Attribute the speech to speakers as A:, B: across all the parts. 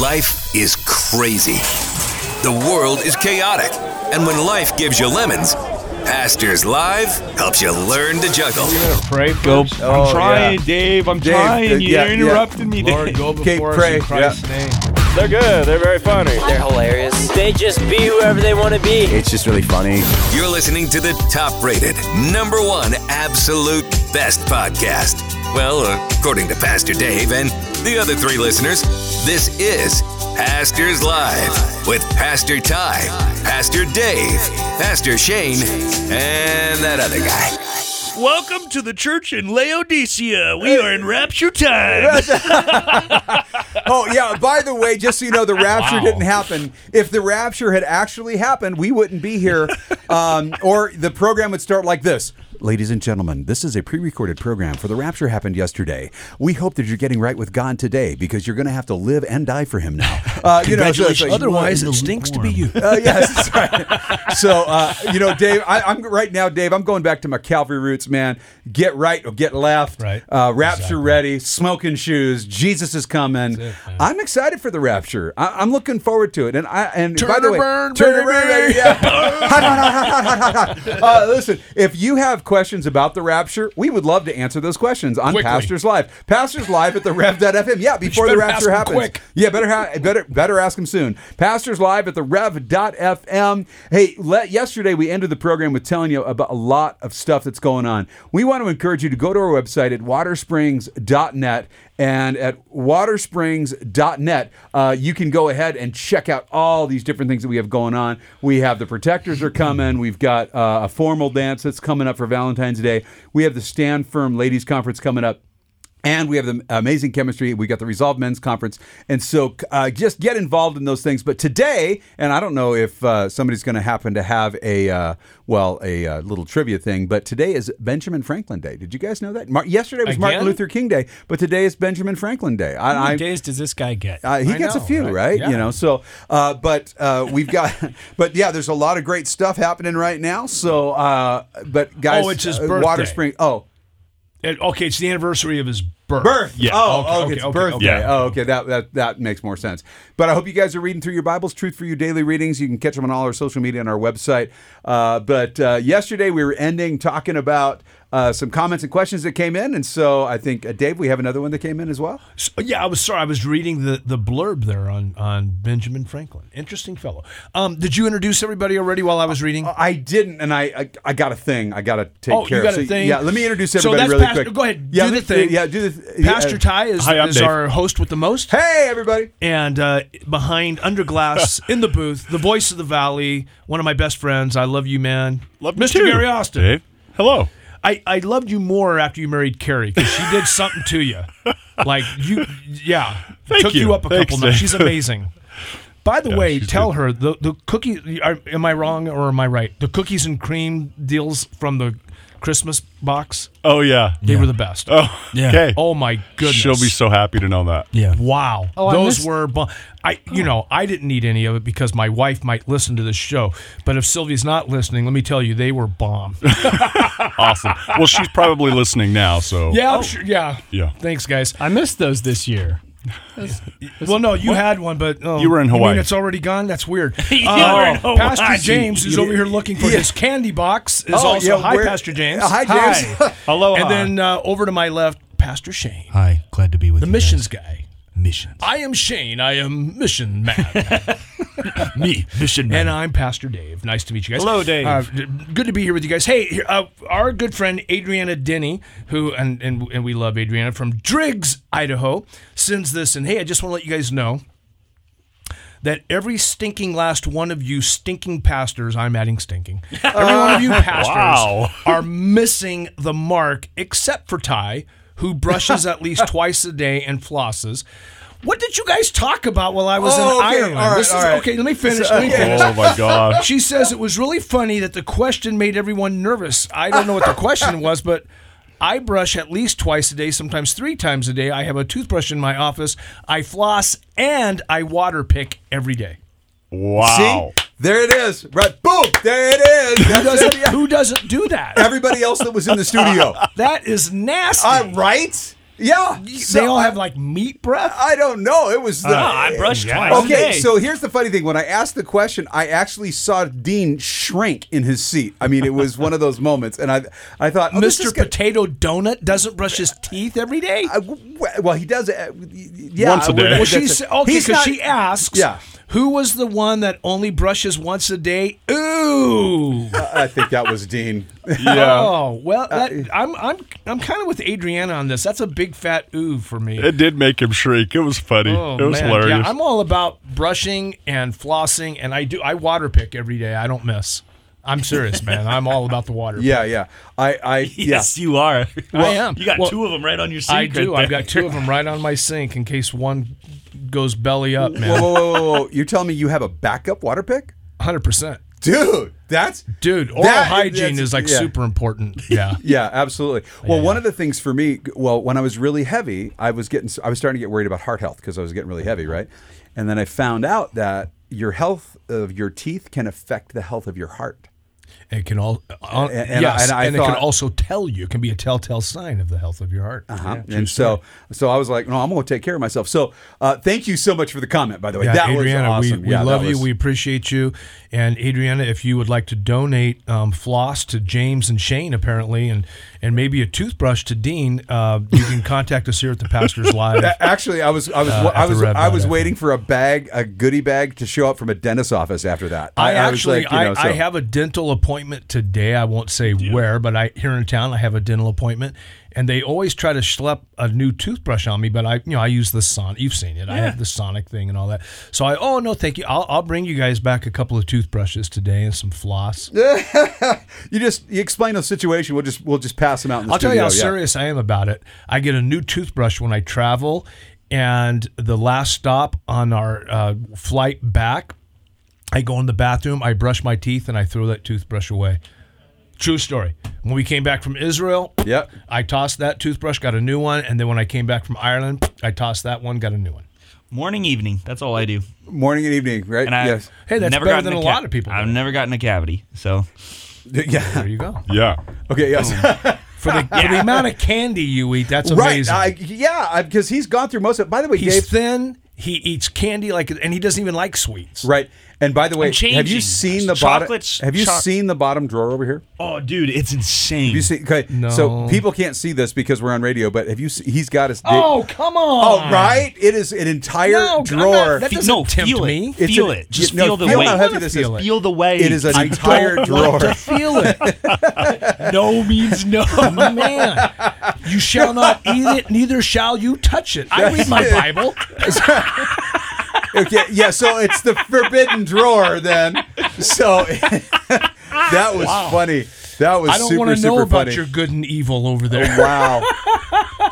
A: Life is crazy. The world is chaotic. And when life gives you lemons, Pastors Live helps you learn to juggle.
B: Pray, go.
C: Oh,
B: I'm trying,
C: yeah.
B: Dave. I'm
C: Dave,
B: trying.
C: uh,
B: You're
C: yeah, yeah.
B: interrupting me,
D: Lord,
B: Dave.
D: go
C: Okay,
D: before us
C: pray,
D: in Christ's name.
B: They're good. They're very funny.
E: They're hilarious. They just be whoever they want to be.
C: It's just really funny.
A: You're listening to the top rated, number one, absolute best podcast. Well, according to Pastor Dave and the other three listeners, this is Pastors Live with Pastor Ty, Pastor Dave, Pastor Shane, and that other guy.
F: Welcome to the church in Laodicea. We are in rapture time.
C: Oh yeah. By the way, just so you know, the rapture
B: Wow.
C: didn't happen. If the rapture had actually happened, we wouldn't be here, um, or the program would start like this. Ladies and gentlemen, this is a pre-recorded program for the rapture happened yesterday. We hope that you're getting right with God today because you're going to have to live and die for Him now. Uh, you know, so it's like-
D: Otherwise, it stinks to be you.
C: Uh, yes, that's right. So, uh, you know, Dave, I, I'm right now, Dave. I'm going back to my Calvary roots, man. Get right or get left.
D: Right.
C: Uh, rapture ready. Smoking shoes. Jesus is coming. I'm excited for the rapture. I, I'm looking forward to it. And I and
D: Turn
C: by the
D: or
C: way,
D: burn,
C: turn or burn,
D: baby.
C: baby. Yeah. Hot, hot, hot, hot, hot, hot, hot. Uh, listen, if you have questions about the rapture, we would love to answer those questions on
D: Quickly.
C: Pastors Live. Pastors Live at the Rev.fm. Yeah, before the
D: better ask
C: rapture
D: them
C: happens.
D: quick.
C: Yeah, better ha- better better ask him soon. Pastors live at the rev.fm. Hey, let, yesterday we ended the program with telling you about a lot of stuff that's going on. We want to encourage you to go to our website at watersprings.net and at watersprings.net uh, you can go ahead and check out all these different things that we have going on. We have the protectors are coming. We've got uh, a formal dance that's coming up for Valentine's Day. We have the Stand Firm Ladies Conference coming up. And we have the amazing chemistry. We got the Resolve Men's Conference. And so uh, just get involved in those things. But today, and I don't know if uh, somebody's going to happen to have a, uh, well, a uh, little trivia thing, but today is Benjamin Franklin Day. Did you guys know that? Mar- yesterday was Martin
B: Again?
C: Luther King Day, but today is Benjamin Franklin Day.
G: How
C: I,
G: many
C: I,
G: days does this guy get?
C: uh, he
D: I
C: gets a
D: know,
C: few, right?
D: right?
C: You
D: Yeah.
C: know, so uh, but uh, we've got, but yeah, there's a lot of great stuff happening right now. So, uh, but guys,
D: Oh, it's his
C: uh, Water
D: birthday.
C: Spring. Oh,
D: Uh, Okay, it's the anniversary of his birth.
C: Birth.
D: Yeah.
C: Oh,
D: okay,
C: oh,
D: okay,
C: it's
D: okay,
C: birthday.
D: okay.
B: Yeah.
C: Oh, okay. That, that that makes more sense. But I hope you guys are reading through your Bibles. Truth for You daily readings. You can catch them on all our social media and our website. Uh, but uh, yesterday we were ending talking about uh, some comments and questions that came in, and so I think uh, Dave, we have another one that came in as well.
D: So- Oh, yeah, I was sorry. I was reading the, the blurb there on, on Benjamin Franklin. Interesting fellow. Um, did you introduce everybody already while I was reading?
C: I didn't, and I I, I got a thing. I got to take
D: Oh, you
C: care. of.
D: got a
C: So,
D: thing?
C: Yeah, let me introduce
D: So
C: everybody
D: that's
C: really
D: Pastor-
C: quick.
D: go ahead,
C: Yeah,
D: do
C: let
D: the
C: me-
D: thing.
C: Yeah, do the th-
D: Pastor
C: uh,
D: Ty is,
B: Hi, I'm
D: is
B: Dave.
D: our host with the most.
C: Hey, everybody.
D: And uh, behind Underglass in the booth, the voice of the valley, one of my best friends. I love you, man. Love Mr. Gary Austin.
B: Dave. Hello.
D: I, I loved you more after you married Carrie because she did something to you. Like you, yeah,
B: Thank
D: took you,
B: you.
D: up a
B: Thanks,
D: couple. Nights.
B: Dave.
D: She's amazing. By the
B: Yeah,
D: way,
B: she's
D: tell
B: good.
D: her the the cookie. Are, am I wrong or am I right? The cookies and cream deals from the Christmas box
B: Oh yeah.
D: they were the best.
B: Oh,
G: Yeah.
B: okay.
D: Oh, my goodness!
B: She'll be so happy to know that.
G: Yeah.
D: Wow,
G: I
D: those
G: missed-
D: were bu- I you know I didn't need any of it because my wife might listen to this show. But if Sylvia's not listening, let me tell you, they were bomb.
B: Awesome. Well, she's probably listening now. So
D: yeah, I'm sure, yeah,
B: Yeah.
D: Thanks, guys.
G: Oh, I missed those this year.
D: Well, no, you had one, but oh,
B: You were in Hawaii.
D: mean it's already gone. That's weird.
F: You
D: Uh,
F: were in Hawaii.
D: Pastor James is over here looking for
C: Yeah.
D: his candy box. Is
C: Oh,
D: also
C: yeah,
D: hi,
C: where-
D: Pastor James.
C: Uh, hi, James.
D: Hi.
B: Aloha.
D: And then uh, over to my left, Pastor Shane,
G: Hi, glad to be with
D: the
G: you.
D: missions guy.
G: missions.
D: I am Shane. I am mission man.
G: Me, mission
D: And
G: man.
D: I'm Pastor Dave. Nice to meet you guys.
G: Hello, Dave.
D: Uh, d- good to be here with you guys. Hey, here- uh, our good friend Adriana Denny, who and, and and we love Adriana from Driggs, Idaho, sends this. And hey, I just want to let you guys know that every stinking last one of you stinking pastors, I'm adding stinking. Every one of you pastors
B: Wow.
D: are missing the mark, except for Ty, who brushes at least twice a day and flosses. What did you guys talk about while I was
C: Oh,
D: in
C: okay.
D: Ireland?
C: All right,
D: This is-
C: all right.
D: Okay, let me finish. Let me finish.
B: Oh my gosh.
D: She says it was really funny that the question made everyone nervous. I don't know what the question was, but I brush at least twice a day, sometimes three times a day. I have a toothbrush in my office. I floss and I water pick every day.
B: Wow.
C: See, there it is. Right, boom. There it is.
D: Who
C: That's
D: doesn't,
C: it. Yeah.
D: who doesn't do that?
C: Everybody else that was in the studio.
D: That is nasty.
C: Uh, right? Yeah.
D: they all have like meat breath.
C: I don't know. It was the.
F: I brushed
G: Yeah.
F: twice.
C: Okay,
F: a day.
C: so here's the funny thing. When I asked the question, I actually saw Dean shrink in his seat. I mean, it was one of those moments, and I, I thought, oh, this is
D: Mr.
C: gonna-
D: Potato Donut doesn't brush his teeth every day.
C: I- w- well, he does. uh, Yeah,
B: Once a
C: I would-
B: day.
D: well,
B: Well,
D: she's
C: that's it.
D: okay
C: He's
D: because
C: not-
D: she asks.
C: Yeah.
D: Who was the one that only brushes once a day? Ooh.
C: I think that was Dean.
D: Oh well, that, I'm I'm I'm kind of with Adriana on this. That's a big fat ooh for me.
B: It did make him shriek. It was funny.
D: Oh,
B: it was
D: man.
B: hilarious.
D: Yeah, I'm all about brushing and flossing, and I do. I water pick every day. I don't miss. I'm serious, man. I'm all about the water.
C: yeah, yeah. I, I, yeah.
F: Yes, you are.
D: I am.
F: You got
D: Well,
F: two of them right on your seat.
D: I do.
F: right
D: I've
F: there.
D: got two of them right on my sink in case one goes belly up,
C: Whoa,
D: man.
C: whoa, whoa, whoa, whoa! You're telling me you have a backup water pick,
D: Hundred percent,
C: dude? That's
D: dude. Oral
C: That-
D: hygiene
C: that's-
D: is like
C: yeah.
D: super important. Yeah.
C: Yeah, absolutely. Well, one of the things for me, well, when I was really heavy, I was getting, I was starting to get worried about heart health because I was getting really
D: Uh-huh.
C: heavy, right? And then I found out that your health of your teeth can affect the health of your heart.
D: It can all, uh,
C: And- and
D: yes,
C: I- and I
D: and it can
C: thought-
D: also tell you. It can be a telltale sign of the health of your heart.
C: Uh-huh. and so, so I was like, no, I'm going to take care of myself. So, uh, thank you so much for the comment, by the way.
D: Yeah,
C: that
D: Adriana,
C: was awesome.
D: we, we
C: Yeah, that
D: love you.
C: was-
D: We appreciate you. And Adriana, if you would like to donate um, floss to James and Shane, apparently, and and maybe a toothbrush to Dean, uh, you can contact us here at the Pastors Live.
C: A- Actually, I was, I was,
D: Uh,
C: I
D: at the
C: was,
D: Red
C: I was
D: Bud, I
C: waiting for a bag, a goodie bag, to show up from a dentist's office after that.
D: I,
C: was
D: actually,
C: like, you know,
D: I, I
C: so-
D: have a dental appointment today. I won't say where, but I here in town, I have a dental appointment, and they always try to schlep a new toothbrush on me. But I, you know, I use the Sonic. You've seen it. I have the Sonic thing and all that. So I, oh no, thank you. I'll, I'll bring you guys back a couple of toothbrushes today and some floss.
C: You just you explain the situation. We'll just we'll just pass them out. In the
D: I'll tell you
C: studio,
D: how
C: yeah.
D: serious I am about it. I get a new toothbrush when I travel, and the last stop on our uh, flight back, I go in the bathroom, I brush my teeth, and I throw that toothbrush away. True story. When we came back from Israel,
C: Yep.
D: I tossed that toothbrush, got a new one, and then when I came back from Ireland, I tossed that one, got a new one.
H: Morning, evening. That's all I do.
C: Morning and evening, right?
H: And I
C: yes.
D: Hey, that's
H: never
D: better
H: gotten
D: than a
H: ca-
D: lot of people
H: I've
D: do.
H: never gotten a cavity, so
C: Yeah.
D: There you go.
B: yeah.
C: Okay. Yes.
D: For the, for the amount of candy you eat, that's
C: right.
D: Oh, amazing.
C: I, yeah. Because he's gone through most of. it. By the way,
D: He's
C: Dave.
D: thin. He eats candy like, and he doesn't even like sweets.
C: right. And by the way,
F: I'm
C: have
F: changing.
C: you seen the
F: Chocolates,
C: bottom? Have you
F: choc-
C: seen the bottom drawer over here?
F: Oh, dude, it's insane.
C: You see? Okay. So
D: No.
C: people can't see this because we're on radio, but have you? se- He's got his.
D: Oh, come
C: Oh,
D: on.
C: right. It is an entire
D: No, I'm not-
C: drawer.
D: that doesn't
F: no,
D: tempt
F: feel
D: me.
F: it. Feel
C: an-
F: it. Just
C: you- no,
F: feel the
C: feel
F: weight.
C: How heavy this
D: Feel
C: is.
D: it.
F: Feel the weight.
C: It is an
F: I
C: entire
F: don't
C: drawer.
F: want to feel it.
D: No means no. Man, you shall not eat it, neither shall you touch it. I read my Bible.
C: okay, yeah, so it's the forbidden drawer then. So that was funny. That was
D: I don't
C: super
D: want to know
C: super
D: about
C: funny.
D: your good and evil over there.
C: Wow.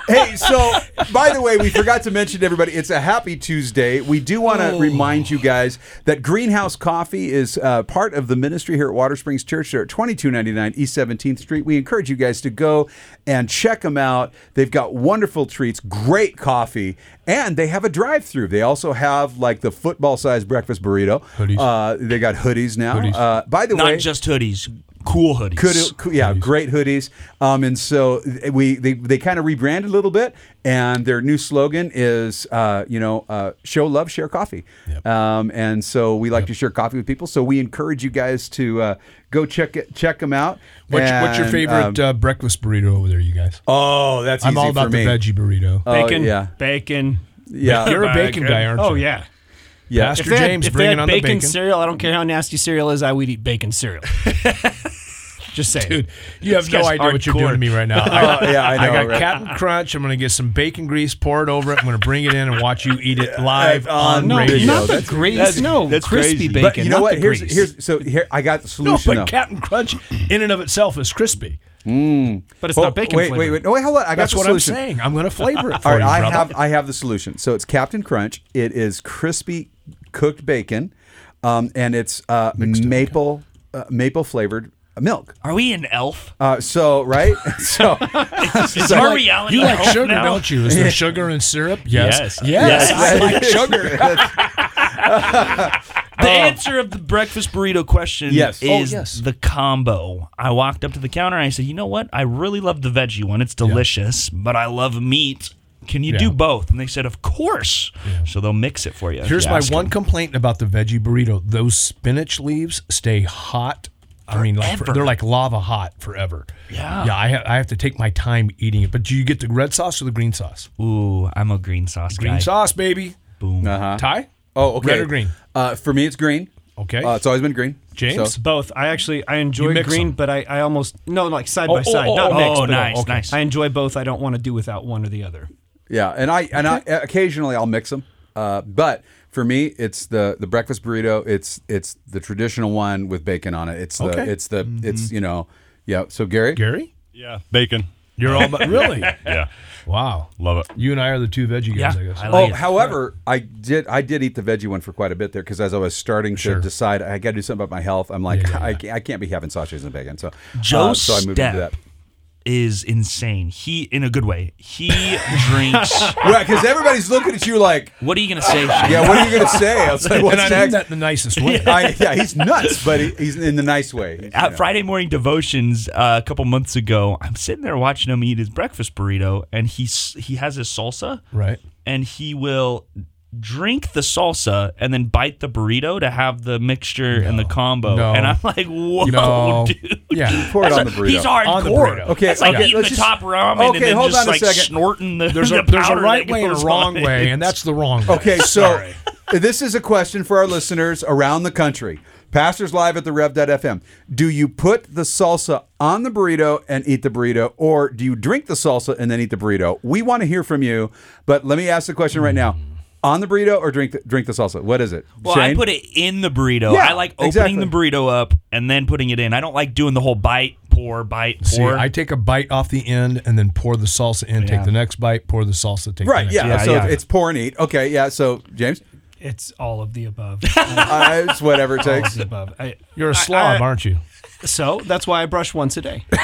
C: hey, so by the way, we forgot to mention to everybody, it's a happy Tuesday. We do want to remind you guys that Greenhouse Coffee is uh, part of the ministry here at Water Springs Church. They're at 2299 East 17th Street. We encourage you guys to go and check them out. They've got wonderful treats, great coffee, and they have a drive through. They also have like the football sized breakfast burrito.
D: Hoodies.
C: Uh, they got hoodies now. Uh, by the way,
F: Not just hoodies, cool hoodies.
C: Could, could- yeah, great hoodies. Um, and so th- we they, they kind of rebranded a little bit, and their new slogan is uh, you know uh, show love, share coffee. Um, and so we like to share coffee with people. So we encourage you guys to uh, go check it, check them out.
D: What's, what's your
C: And,
D: favorite
C: um,
D: uh, breakfast burrito over there, you guys?
C: oh, that's
D: I'm
C: easy
D: all about
C: for me.
D: the veggie burrito.
C: Oh,
G: Bacon.
C: yeah,
G: Bacon.
C: yeah,
D: You're a bacon guy, aren't
G: Oh
D: you?
G: yeah.
C: yeah.
D: Pastor
G: they had-
D: James
G: if they
D: bringing
G: had
D: on
G: bacon,
D: the bacon.
G: cereal, I don't care how nasty cereal is, I would eat bacon cereal. Just saying.
D: Dude, you have no
G: guy's
D: idea what you're doing
G: hardcore.
D: to me right now. I,
C: yeah, I know,
D: got
C: right?
D: Captain Crunch. I'm going to get some bacon grease poured over it. I'm going to bring it in and watch you eat it live
C: um,
D: on,
G: no,
D: radio.
G: not the
C: That's-
G: grease. no,
F: that's
G: crispy
F: crazy.
G: bacon.
C: But you know
G: not
C: what?
G: the
C: Here's
G: grease.
C: here's so here I got the
D: No,
C: solution.
D: but
C: though.
D: Captain Crunch in and of itself is crispy.
G: but it's
C: Oh,
G: not bacon
C: wait,
G: flavored.
C: wait, wait. Oh, wait, hold on. I got
D: That's
C: the
D: what
C: solution.
D: I'm saying. I'm going to flavor it for
C: All right,
D: you,
C: I
D: brother.
C: have I have the solution. So it's Captain Crunch. It is crispy cooked bacon, um, and it's uh, maple uh, maple flavored milk.
F: Are we an elf?
C: Uh, so right, so
F: Is our reality
D: you like
C: Oh,
F: elf
D: sugar,
F: now?
D: don't you? Is there sugar and syrup? Yes.
G: Yes.
D: I like sugar.
F: The answer of the breakfast burrito question
C: Yes. Oh,
F: is
D: Oh. yes.
F: the combo. I walked up to the counter and I said, "You know what? I really love the veggie one. It's delicious, but I love meat
H: Can you do both? And they said, Of course. So they'll mix it for you. if
D: Here's
H: you
D: my
H: ask
D: one
H: 'em.
D: complaint about the veggie burrito: those spinach leaves stay hot. I mean, like,
H: Forever.
D: they're like lava hot forever.
H: Yeah.
D: yeah. I, ha- I have to take my time eating it. But do you get the red sauce or the green sauce?
H: Ooh, I'm a green sauce
D: Green
H: guy.
D: sauce, baby.
H: Boom.
D: Ty?
C: Oh, okay.
D: Red or green?
C: Uh, for me, it's green.
D: Okay.
C: Uh, it's always been green.
D: James?
C: So-
G: Both. I actually I enjoy
D: mix
G: green,
D: them.
G: but I, I almost no like side
D: Oh,
G: by
D: oh,
G: side,
D: oh,
G: not
D: oh,
G: mixed.
H: oh,
G: but
H: nice,
G: okay.
H: nice.
G: I enjoy both. I don't want to do without one or the other.
C: yeah, and I and I occasionally I'll mix them, uh, but for me, it's the the breakfast burrito. It's it's the traditional one with bacon on it. It's the
D: Okay.
C: it's the
D: Mm-hmm.
C: it's you know yeah. So Gary,
D: Gary?
B: Yeah, bacon.
D: You're all about, really?
B: Yeah,
D: Wow.
B: love it.
D: You and I are the two veggie guys,
H: Yeah,
D: I guess.
H: I
C: Oh,
H: like it.
C: however, I did I did eat the veggie one for quite a bit there because as I was starting to decide I got to do something about my health, I'm like I, can't, I can't be having sausages and bacon. So
H: Joe
C: uh, so I moved into
H: Step
C: that.
H: is insane. He, in a good way, he drinks.
C: Right, because everybody's looking at you like,
H: What are you going to say? Shane?
C: yeah, what are you going to say? I was like, what's
D: and I mean
C: next?
D: that in the nicest way.
C: I, yeah, he's nuts, but he, he's in the nice way. He's, you
H: at
C: know.
H: Friday morning devotions uh, a couple months ago, I'm sitting there watching him eat his breakfast burrito, and he's he has his salsa,
D: Right.
H: And he will drink the salsa and then bite the burrito to have the mixture and the combo.
D: No.
H: And I'm like, whoa,
D: No.
H: dude.
D: Yeah.
C: Pour it
H: That's
C: on the
H: a-
C: burrito.
H: He's hardcore.
D: On the burrito.
C: Okay,
H: That's like
C: okay,
H: eating
C: let's
H: the
C: just-
H: top ramen
C: okay,
H: and then
C: hold
H: just
C: on a
H: like
C: second.
H: snorting the
D: There's a,
H: the
D: there's a
H: powder
D: right
H: that
D: way and a
H: goes
D: wrong
H: on it.
D: way, and that's the wrong way.
C: Okay, so this is a question for our listeners around the country. Pastors live at the rev.fm. Do you put the salsa on the burrito and eat the burrito, or do you drink the salsa and then eat the burrito? We want to hear from you, but let me ask the question right now. On the burrito or drink the, drink the salsa? What is it?
H: Well, I
C: Shane?
H: put it in the burrito.
C: Yeah,
H: I like opening
C: exactly.
H: the burrito up and then putting it in. I don't like doing the whole bite, pour, bite,
D: See,
H: pour.
D: I take a bite off the end and then pour the salsa in. Take the next bite, pour the salsa, take
C: Right,
D: the next
C: yeah.
D: bite.
C: so
H: yeah.
C: it's pour and eat. Okay, yeah. So, James,
G: It's all of the above.
C: uh, it's whatever it takes.
G: the above. I,
D: You're a slob, aren't you?
G: so that's why I brush once a day.
H: and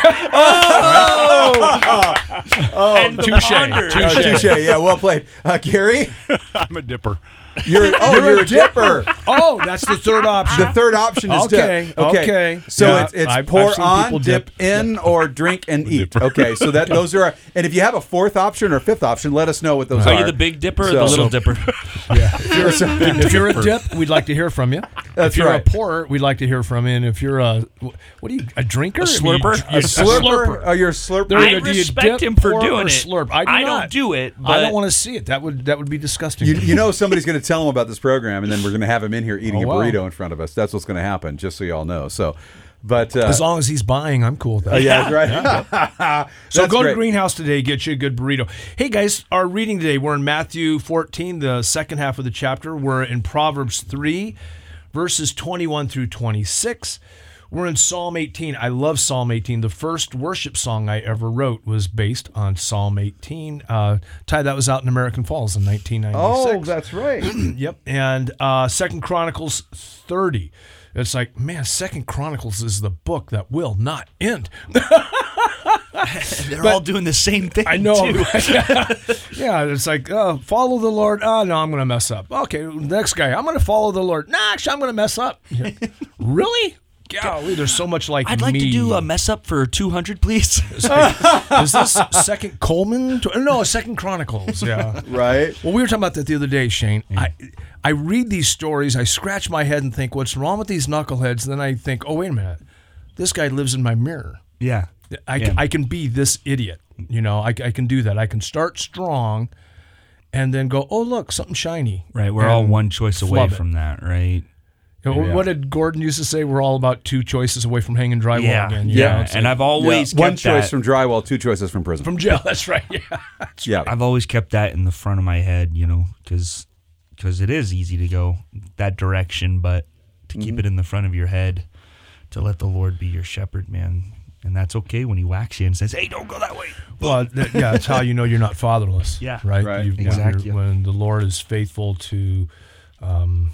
H: the ponder.
C: Uh, touche. Yeah, well played. Uh, Gary,
B: I'm a dipper.
C: you're, oh, you're, a dipper.
D: Oh, that's the third option.
C: The third option is
D: Okay,
C: dip. Okay.
D: okay.
C: So
D: Yeah,
C: it's, it's
D: I've-
C: pour
D: I've seen
C: on,
D: people
C: dip,
D: dip.
C: in, or drink and eat. Okay. So that those are, our, and if you have a fourth option or fifth option, let us know what those are.
H: Are you the Big Dipper or
C: So-
H: the Little Dipper?
D: if you're a dip, we'd like to hear from you.
C: That's
D: if you're
C: right.
D: a pourer, we'd like to hear from you. And if you're a what are you a drinker? I mean, you-
H: slurper?
D: you-
H: A
C: slurper?
D: slurper.
C: Oh, you're a slurper.
D: There
H: I
D: you go. Do you
H: respect
D: dip,
H: him for
D: pour, or
H: doing it.
D: Slurp. I do
H: I don't
D: not.
H: do it,
D: I
H: but-
D: don't want to see it. That would that would be disgusting.
C: You, you know somebody's going to tell him about this program, and then we're going to have him in here eating
D: Oh, wow.
C: a burrito in front of us. That's what's going to happen, just so y'all know. So, but uh,
D: as long as he's buying, I'm cool with that.
C: yeah, that's right.
D: So
C: That's
D: go
C: great.
D: to Greenhouse today, get you a good burrito. Hey guys, our reading today, we're in Matthew 14, the second half of the chapter. We're in Proverbs 3, verses 21 through 26. We're in Psalm 18. I love Psalm 18. The first worship song I ever wrote was based on Psalm 18. Uh, Ty, that was out in American Falls in 1996.
C: Oh, that's right.
D: Yep. And uh Second Chronicles 30. It's like, man, Second Chronicles is the book that will not end.
H: They're all doing the same thing.
D: I know.
H: too.
D: yeah, it's like uh, follow the Lord. Oh no, I'm going to mess up. Okay, next guy. I'm going to follow the Lord. Nah, actually, I'm going to mess up. Yeah. really? Golly, there's so much like
H: I'd like
D: me.
H: to do um, a mess up for 200, please.
D: Is this Second Coleman? Tw- No, Second Chronicles. Yeah.
C: Right.
D: Well, we were talking about that the other day, Shane. I I read these stories, I scratch my head and think, what's wrong with these knuckleheads? And then I think, oh wait a minute, this guy lives in my mirror.
H: yeah.
D: I, can, I can be this idiot. You know, I, I can do that. I can start strong and then go, oh, look, something shiny.
H: Right. We're
D: And
H: all one choice away
D: flub it.
H: from that, right?
D: You know, What did Gordon used to say? We're all about two choices away from hanging drywall again. you know,
H: Yeah.
D: it's
H: And
D: like-
H: I've always
C: Yeah. one
H: kept
C: choice
H: that.
C: from drywall, two choices from prison.
D: from jail. That's right. Yeah.
C: yeah.
H: I've always kept that in the front of my head, you know, because it is easy to go that direction, but to
C: Mm-hmm.
H: keep it in the front of your head, to let the Lord be your shepherd, man. And that's okay when he whacks you and says, hey, don't go that way.
D: Well, that, yeah, it's how you know you're not fatherless.
H: Yeah.
D: Right.
C: Right.
D: You- when
H: Exactly.
D: you're- When the Lord is faithful to, um,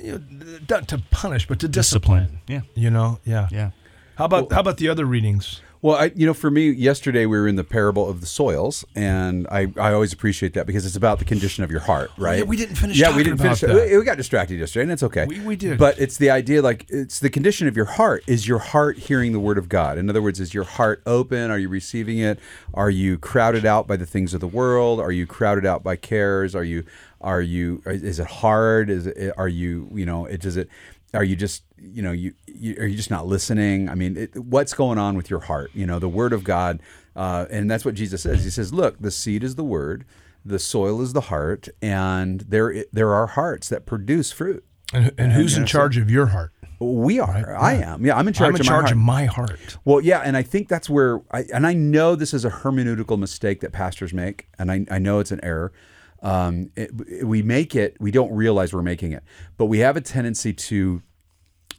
D: you know, not to punish, but to discipline.
H: Discipline. Yeah.
D: You know. Yeah.
H: Yeah.
D: How about how about the other readings?
C: Well, I, you know, for me, yesterday we were in the parable of the soils, and I, I always appreciate that because it's about the condition of your heart, right?
D: we didn't finish
C: Yeah, we
D: talking
C: didn't
D: about
C: finish.
D: that.
C: We, we got distracted yesterday, and it's okay.
D: We- we did.
C: But it's the idea, like it's the condition of your heart. Is your heart hearing the word of God? In other words, is your heart open? Are you receiving it? Are you crowded out by the things of the world? Are you crowded out by cares? Are you are you is it hard? Is it, are you you know it does it are you just you know you, you are you just not listening i mean it, what's going on with your heart you know the word of god uh, and that's what jesus says he says look the seed is the word the soil is the heart and there there are hearts that produce fruit
D: And, and who's in charge of your heart?
C: we are i am yeah i'm in charge,
D: I'm in
C: of, my
D: charge
C: heart.
D: of my heart.
C: Well, yeah, and I think that's where I and I know this is a hermeneutical mistake that pastors make, and I, I know it's an error. Um, it- it- we make it, we don't realize we're making it, but we have a tendency to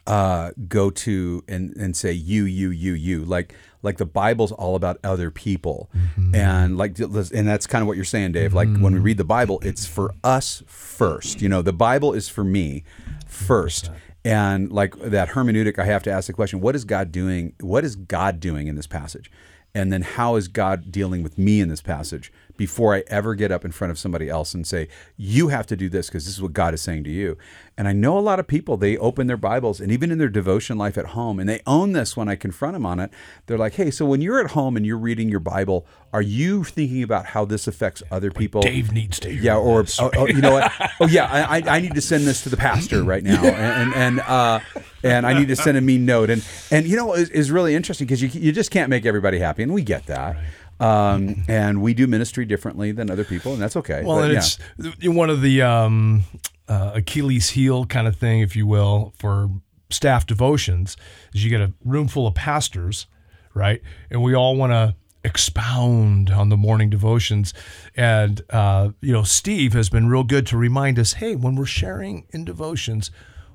C: uh, go to and and say you, you, you, you, like like the Bible's all about other people, and like and that's kind of what you're saying, Dave. Like when we read the Bible, it's for us first. You know, the Bible is for me first. And like that hermeneutic, I have to ask the question: What is God doing? What is God doing in this passage? And then how is God dealing with me in this passage before I ever get up in front of somebody else and say, "You have to do this because this is what God is saying to you." And I know a lot of people they open their Bibles and even in their devotion life at home, and they own this when I confront them on it. They're like, "Hey, so when you're at home and you're reading your Bible, are you thinking about how this affects other people?"
D: Dave needs to hear
C: yeah, or
D: this.
C: oh, oh, you know what? Oh yeah, I, I- I need to send this to the pastor right now, and and and, uh, and I need to send a mean note, and and you know is is really interesting because you you just can't make everybody happy, and we get that, um, and we do ministry differently than other people, and that's okay.
D: Well,
C: But,
D: and
C: yeah.
D: it's th- one of the um, uh, Achilles heel kind of thing, if you will, for staff devotions. Is you get a room full of pastors, right, and we all want to expound on the morning devotions. And uh, you know, Steve has been real good to remind us, hey, when we're sharing in devotions,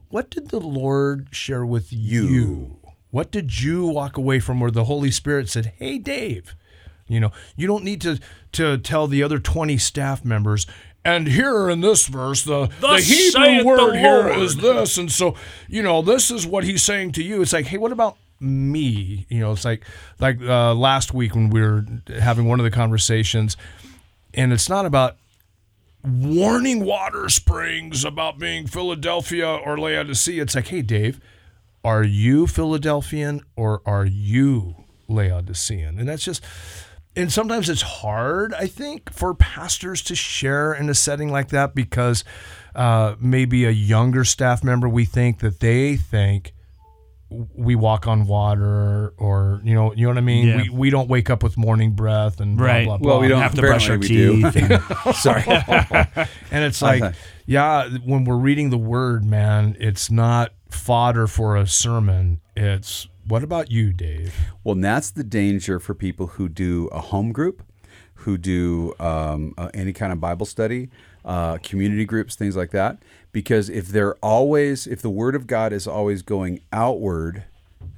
D: what did the Lord share with you? What did you walk away from where the Holy Spirit said, hey, Dave? You know, you don't need to to tell the other twenty staff members. And here in this verse, the, the
F: Thus
D: Hebrew
F: saith the
D: word here
F: Lord."
D: is this, and so you know this is what he's saying to you. It's like, hey, what about me? You know, it's like like uh, last week when we were having one of the conversations, and it's not about warning water springs about being Philadelphia or Laodicea. It's like, hey, Dave, are you Philadelphian or are you Laodicean? And that's just, and sometimes it's hard, I think, for pastors to share in a setting like that because uh, maybe a younger staff member, we think that they think, we walk on water, or you know, you know what I mean.
H: Yeah.
D: We, we don't wake up with morning breath and blah
H: Right.
D: blah blah.
C: well, we don't
H: have to brush our
C: apparently we
H: teeth. and-
C: do. Sorry.
D: And it's like,
C: Okay.
D: yeah, when we're reading the word, man, it's not fodder for a sermon. It's what about you, Dave?
C: Well, and that's the danger for people who do a home group, who do um, uh, any kind of Bible study, uh, community groups, things like that. Because if they're always, if the Word of God is always going outward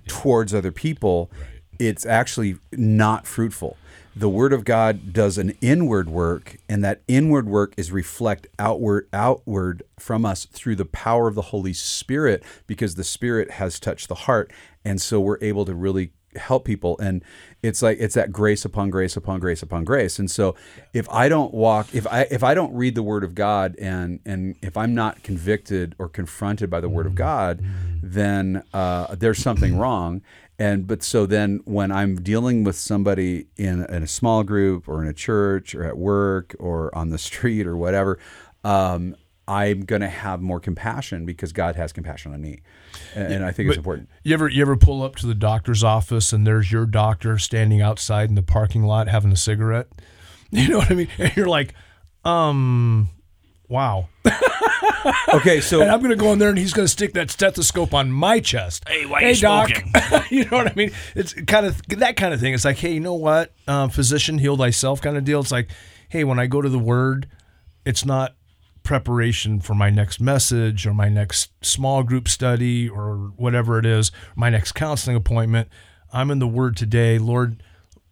C: towards other people, it's actually not fruitful. The Word of God does an inward work, and that inward work is reflect outward, outward from us through the power of the Holy Spirit, because the Spirit has touched the heart, and so we're able to really help people and it's like it's that grace upon grace upon grace upon grace and so if i don't walk if i if i don't read the word of god and and if i'm not convicted or confronted by the word of god then uh, there's something wrong and but so then when i'm dealing with somebody in, in a small group or in a church or at work or on the street or whatever um, i'm going to have more compassion because god has compassion on me and, and i think it's important
D: You ever you ever pull up to the doctor's office and there's your doctor standing outside in the parking lot having a cigarette? You know what I mean? And you're like, um, wow.
C: okay so
D: And I'm gonna go in there and he's gonna stick that stethoscope on my chest. Hey,
F: why you smoking?
D: you know what I mean? It's kind of that kind of thing. It's like, hey, you know what? Um, physician, heal thyself kind of deal. It's like, hey, when I go to the word, it's not preparation for my next message or my next small group study or whatever it is, my next counseling appointment. I'm in the word today. Lord,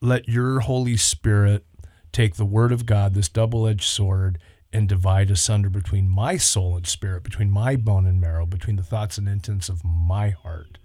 D: let your Holy Spirit take the word of God, this double edged sword, and divide asunder between my soul and spirit, between my bone and marrow, between the thoughts and intents of my heart.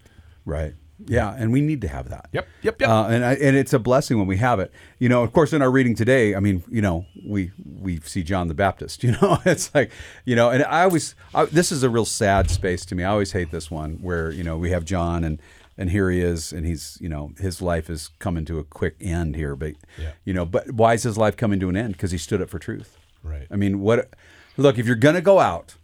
C: Right. Yeah, and we need to have that.
B: Yep, yep, yep.
C: Uh, and I, and it's a blessing when we have it. You know, of course, in our reading today, I mean, you know, we we see John the Baptist. You know, it's like, you know, and I always I, this is a real sad space to me. I always hate this one where you know we have John and and here he is, and he's you know his life is coming to a quick end here. But you know, but why is his life coming to an end? Because he stood up for truth.
B: Right.
C: I mean, what? Look, if you're gonna go out,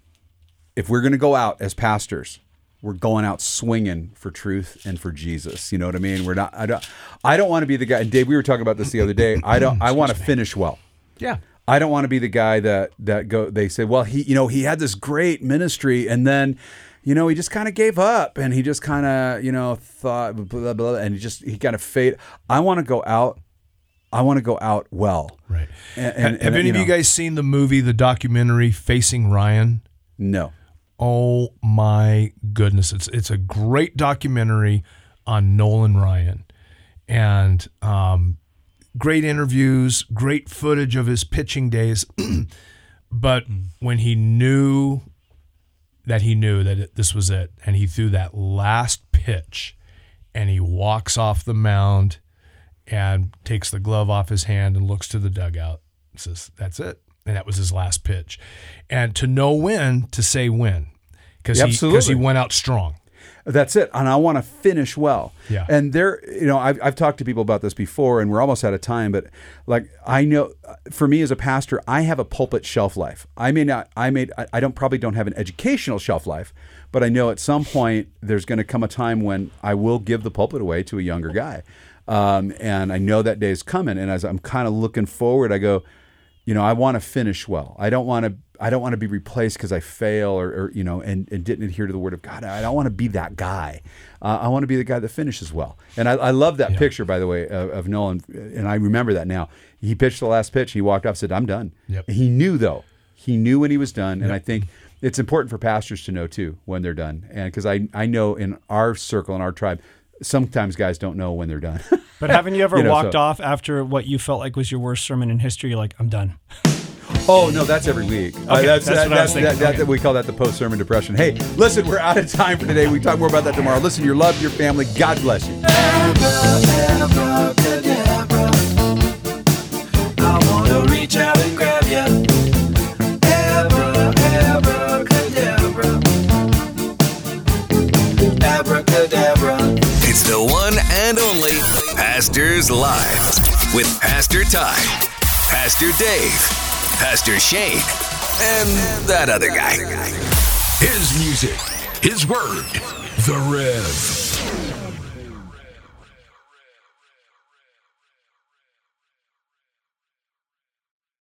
C: if we're going to go out as pastors, we're going out swinging for truth and for Jesus. You know what I mean? We're not. I don't. I don't want to be the guy. And Dave, we were talking about this the other day. I don't. I want to finish well.
B: Yeah.
C: I don't want to be the guy that that go. They say, well, he, you know, he had this great ministry, and then, you know, he just kind of gave up, and he just kind of, you know, thought, blah, blah, blah, and he just he kind of fade. I want to go out. I want to go out well.
B: Right.
C: And,
B: Ha-
C: and-
B: have
C: and,
B: any of you
C: know,
B: guys seen the movie, the documentary Facing Ryan?
C: No.
B: Oh my goodness! It's it's a great documentary on Nolan Ryan, and um, great interviews, great footage of his pitching days. but when he knew that he knew that it, this was it, and he threw that last pitch, and he walks off the mound, and takes the glove off his hand and looks to the dugout. and Says, "That's it," and that was his last pitch. And to know when to say when, because he because he
C: Absolutely.
B: went out strong.
C: That's it. And I want to finish well.
B: Yeah.
C: And there, you know, I've, I've talked to people about this before and we're almost out of time, but like I know for me as a pastor, I have a pulpit shelf life. I may not, I may, I- I don't probably don't have an educational shelf life, but I know at some point there's going to come a time when I will give the pulpit away to a younger guy. Um, and I know that day is coming. And as I'm kind of looking forward, I go, you know, I want to finish well. I don't want to. I don't want to be replaced because I fail or, or you know, and, and didn't adhere to the word of God. I don't want to be that guy. Uh, I want to be the guy that finishes well. And I, I love that picture, by the way, of, of Nolan. And I remember that now. He pitched the last pitch. He walked off, said, "I'm done."
B: Yep.
C: He knew though. He knew when he was done. And I think it's important for pastors to know too when they're done. And because I I know in our circle in our tribe, sometimes guys don't know when they're done.
G: But haven't you ever
C: You know,
G: walked
C: so-
G: off after what you felt like was your worst sermon in history? You're like, I'm done.
C: Oh no, that's every week. Uh, that's
G: that's what I
C: that,
G: was
C: that's-
G: thinking.
C: that, that, that we call that the post sermon depression. Hey, listen, we're out of time for today. We talk more about that tomorrow. Listen, your love, your family. God bless you.
E: I wanna reach out and grab ya. Abra, abracadabra. Abracadabra.
A: It's the one and only Pastors Live with Pastor Ty, Pastor Dave, Pastor Shane, and that other guy.
I: His music, his word, the Rev.